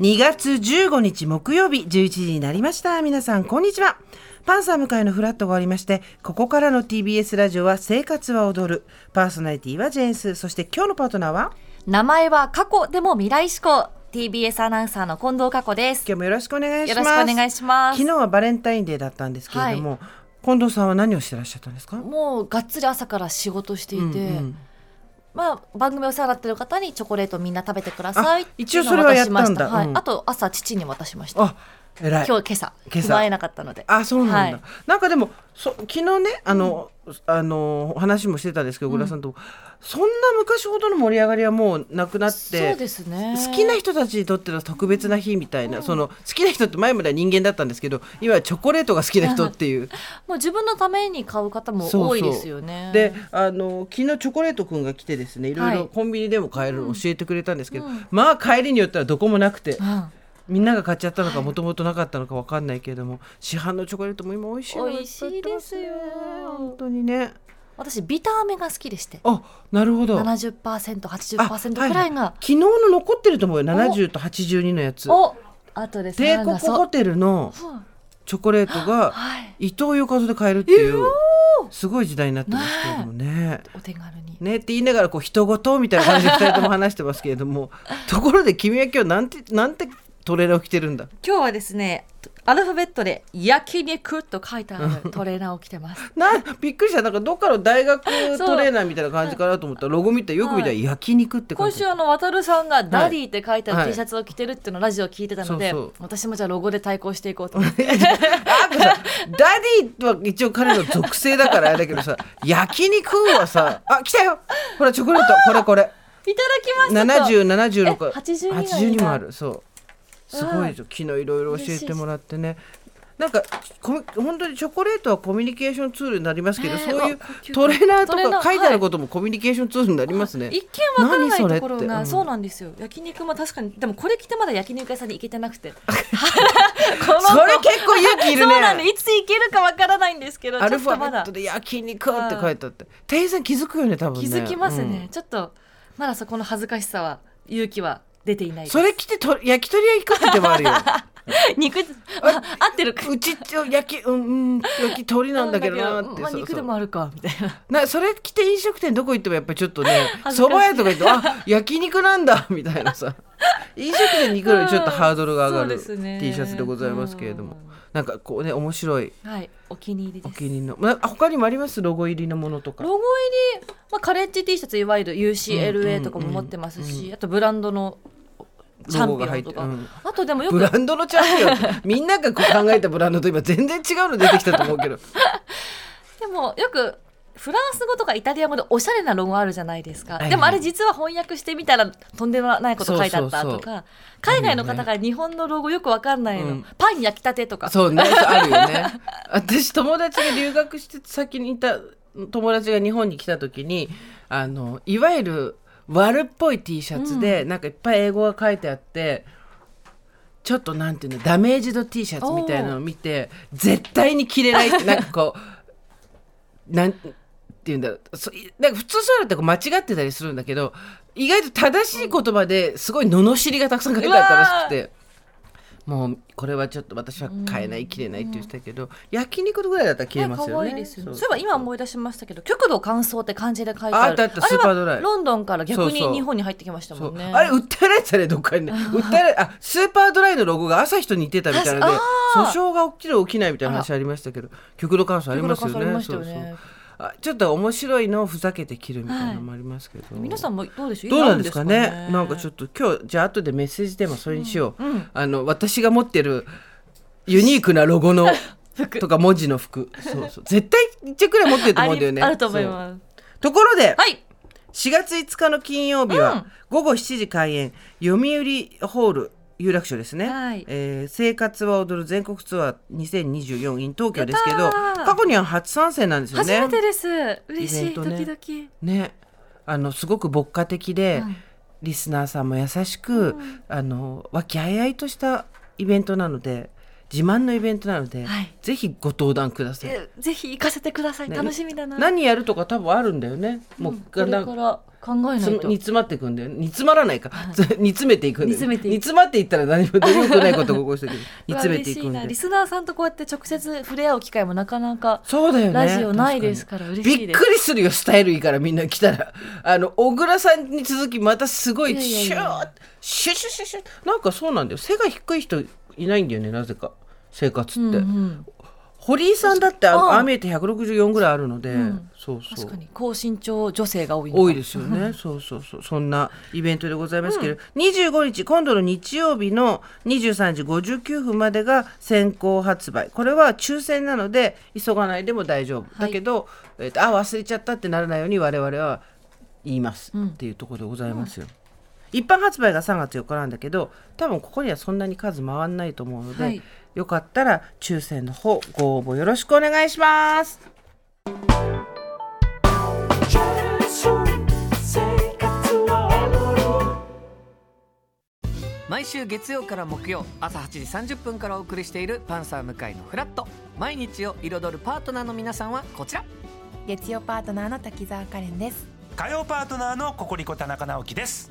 2月15日木曜日11時になりました皆さんこんにちはパンサー向かいのフラットがありましてここからの TBS ラジオは「生活は踊る」パーソナリティはジェーンスそして今日のパートナーは名前は過去でも未来志向 TBS アナウンサーの近藤佳子です今日もよろしくお願いしよまろしすくお願いします昨日はバレンタインデーだったんですけれども、近藤さんは何をしてらっしゃったんですかもうがっつり朝から仕事していて、うんうんまあ番組を世話になってる方にチョコレートみんな食べてくださいっていう一応のをそれは渡しましたやったんだはいうんあと朝父に渡しましたあ偉い今日今朝今朝奪えなかったのであそうなんだ、はいなんかでもそ昨日ねあの、あのお話もしてたんですけど小倉さんと、そんな昔ほどの盛り上がりはもうなくなっそうてですね好きな人たちにとっては特別な日みたいな、その好きな人って前までは人間だったんですけど今はチョコレートが好きな人っていう。もう自分のために買う方そもうそう多いですよねであの昨日チョコレートくんが来てですねいろいはろいコンビニでも買えるのを教えてくれたんですけど、うんまあ帰りによったらどこもなくてうんみんなが買っちゃったのかもともとなかったのかわかんないけれども市販のチョコレートも今美味しいのがっぱ売ってますね美味しいですよ本当にね私ビター飴が好きでしてあなるほどあ 70%80% くらいが、は昨日の残ってると思うよ70と82のやつおあとですね帝国そホうテルのうんチョコレートがはい伊藤洋華堂で買えるっていうすごい時代になってますけれどもねお手軽にねって言いながらこう人ごとみたいな感じで2人とも話してますけれど もところで君は今日なんてなんてトレーラーを着てるんだ今日はですねアルファベットで「焼肉」と書いてあるトレーナーを着てます なびっくりしたなんかどっかの大学そうトレーナーみたいな感じかなと思ったらロゴ見てよく見たらはい焼肉って感今じ週あの渡るさんが「ダディ」って書いてあはるい T シャツを着てるっていうのをラジオ聞いてたので、そうそう私もじゃあロゴで対抗していこうと思ってあとさダディは一応彼の属性だからあれだけどさ焼肉はさあ来たよほらチョコレートこれこれいた だきましたと7076え82がいいな82もあるそうすごいですよ昨日いろいろ教えてもらってねなんかコミ本当にチョコレートはコミュニケーションツールになりますけど、ねえそういうわ呼吸トレーナーとトレーナかー書いてあることもコミュニケーションツールになりますね。一見わからないとこ何そろれってうがんそうなんですよ焼肉も確かにでもこれ着てまだ焼肉屋さんに行けてなく てこのそれ結構勇気いるそうなんでね。いつ行けるかわからないんですけどちょアルっファとベまッだトで焼肉って書いてあって、店員さん気づくよね多分気ね。づきますね、うんちょっとまだそこの恥ずかしさは勇気は出ていないですそれ着てと焼き鳥屋行くって手もあるよ。肉、まあ、合ってるかうちって焼きうんうん焼き鳥なんだけどなって。 まあ、そう肉そでうもあるかみたいななそれ着て飲食店どこ行ってもやっぱりちょっとね 恥ず蕎かしい麦屋とか行ってもあ焼肉なんだ みたいなさ飲食店に行くのにちょっとハードルが上がるそうですね T シャツでございますけれども、なんかこうね面白いうんはいお気に入りでおす気に入りのまあ他にもありますロゴ入りのものとかロゴ入り、まあ、カレッジ T シャツいわゆるうんうんう UCLA んとかも持ってますし、あとブランドのチャンロゴピがオ入っンてとか、うんあとでもよブくランドのチャンピオンってみんながこう考えたブランドと今全然違うの出てきたと思うけどでもよくフランス語とかイタリア語でおしゃれなロゴあるじゃないですか、いはいでもあれ実は翻訳してみたらとんでもないこと書いてあったそとかうそうそ海外の方が日本のロゴよくわかんないの、うんパン焼きたてとかそうねあるよ ね私友達が留学して先にいた友達が日本に来た時にあのいわゆる悪っぽい T シャツで、なんかいっぱい英語が書いてあってちょっとなんていうのダメージド T シャツみたいなのを見て絶対に着れない ってなんかこうなんて言うんだろうそなんか普通そういうのってこう間違ってたりするんだけど意外と正しい言葉ですごい罵りがたくさん書いてあったらしくて。もうこれはちょっと私は買えない切れないって言ってたけど、焼肉ぐらいだったら切れますよね。可愛いですよね。うそういえば今思い出しましたけど、極度乾燥って漢字で書いてああある。ったあったれスーパードライはロンドンから逆にそうそう日本に入ってきましたそもうんね。あれ売ってないやつだねどっかにね売ってないあスーパードライのロゴが朝日と似てたみたいなので確かあー訴訟が起きる起きないみたいな話ありましたけど極度感想ありますよ極度乾燥ありねましたよねそうそうあちょっと面白いのをふざけて切るみたいなのもありますけど、皆さんもどうでしょう。どうなんですかねなんかちょっっと今日じゃあ後でメッセージテーマそれにしよう、うんうんあの私が持ってるユニークなロゴの 服とか文字の服そうそう絶対一着くらい持ってると思うんだよねありあると思います。すところで、はい。 4月5日の金曜日うはん午後7時開演、読売ホール有楽町ですね、はいえー生活は踊る全国ツアー2024 in 東京ですけどやったー過去には初参戦なんですよ初ねめてです。嬉しイベい。ンドトねキドキ。ねあのすごく牧歌的で、リスナーさんも優しく、あの和気あいあいとしたイベントなので自慢のイベントなので、はいぜひご登壇ください。えぜひ行かせてください。ね楽しみだな。何やるとか多分あるんだよね。もう、うんこれなかんから考えなつい煮と。詰まっていくんだよね煮詰まらないか、 煮詰めていくんだよね煮詰めていく煮詰まっていったら何も良くないことが起こしてくる煮詰めていく うだんわ嬉しいなよリスナーさんとこうやって直接触れ合う機会もなかなかそうだよねラジオないです確からか嬉にしいびでっす。くりするよスタイルいいからみんな来たらあの小倉さんに続きまたすごいいやいやいシュやーッシュシュシュシュッなんかそうなんだよ背が低い人いないんだよねなぜか生活って、うんうん堀井さんだってああああ見えて164ぐらいあるので、んそうそう確かに高身長女性が多いのか多いですよ ね。そうそうそう。そんなイベントでございますけど、25日、今度の日曜日の23時59分までが先行発売。これは抽選なので、急がないでも大丈夫。はいだけど、えっと、あ、忘れちゃったってならないように我々は言います。うんっていうところでございますよ。一般発売が3月4日なんだけど多分ここにはそんなに数回んないと思うので、はいよかったら抽選の方ご応募よろしくお願いします。毎週月曜から木曜朝8時30分からお送りしている「パンサー向井のフラット」毎日を彩るパートナーの皆さんはこちら月曜パートナーの滝沢カレンです火曜パートナーのココリコ田中直樹です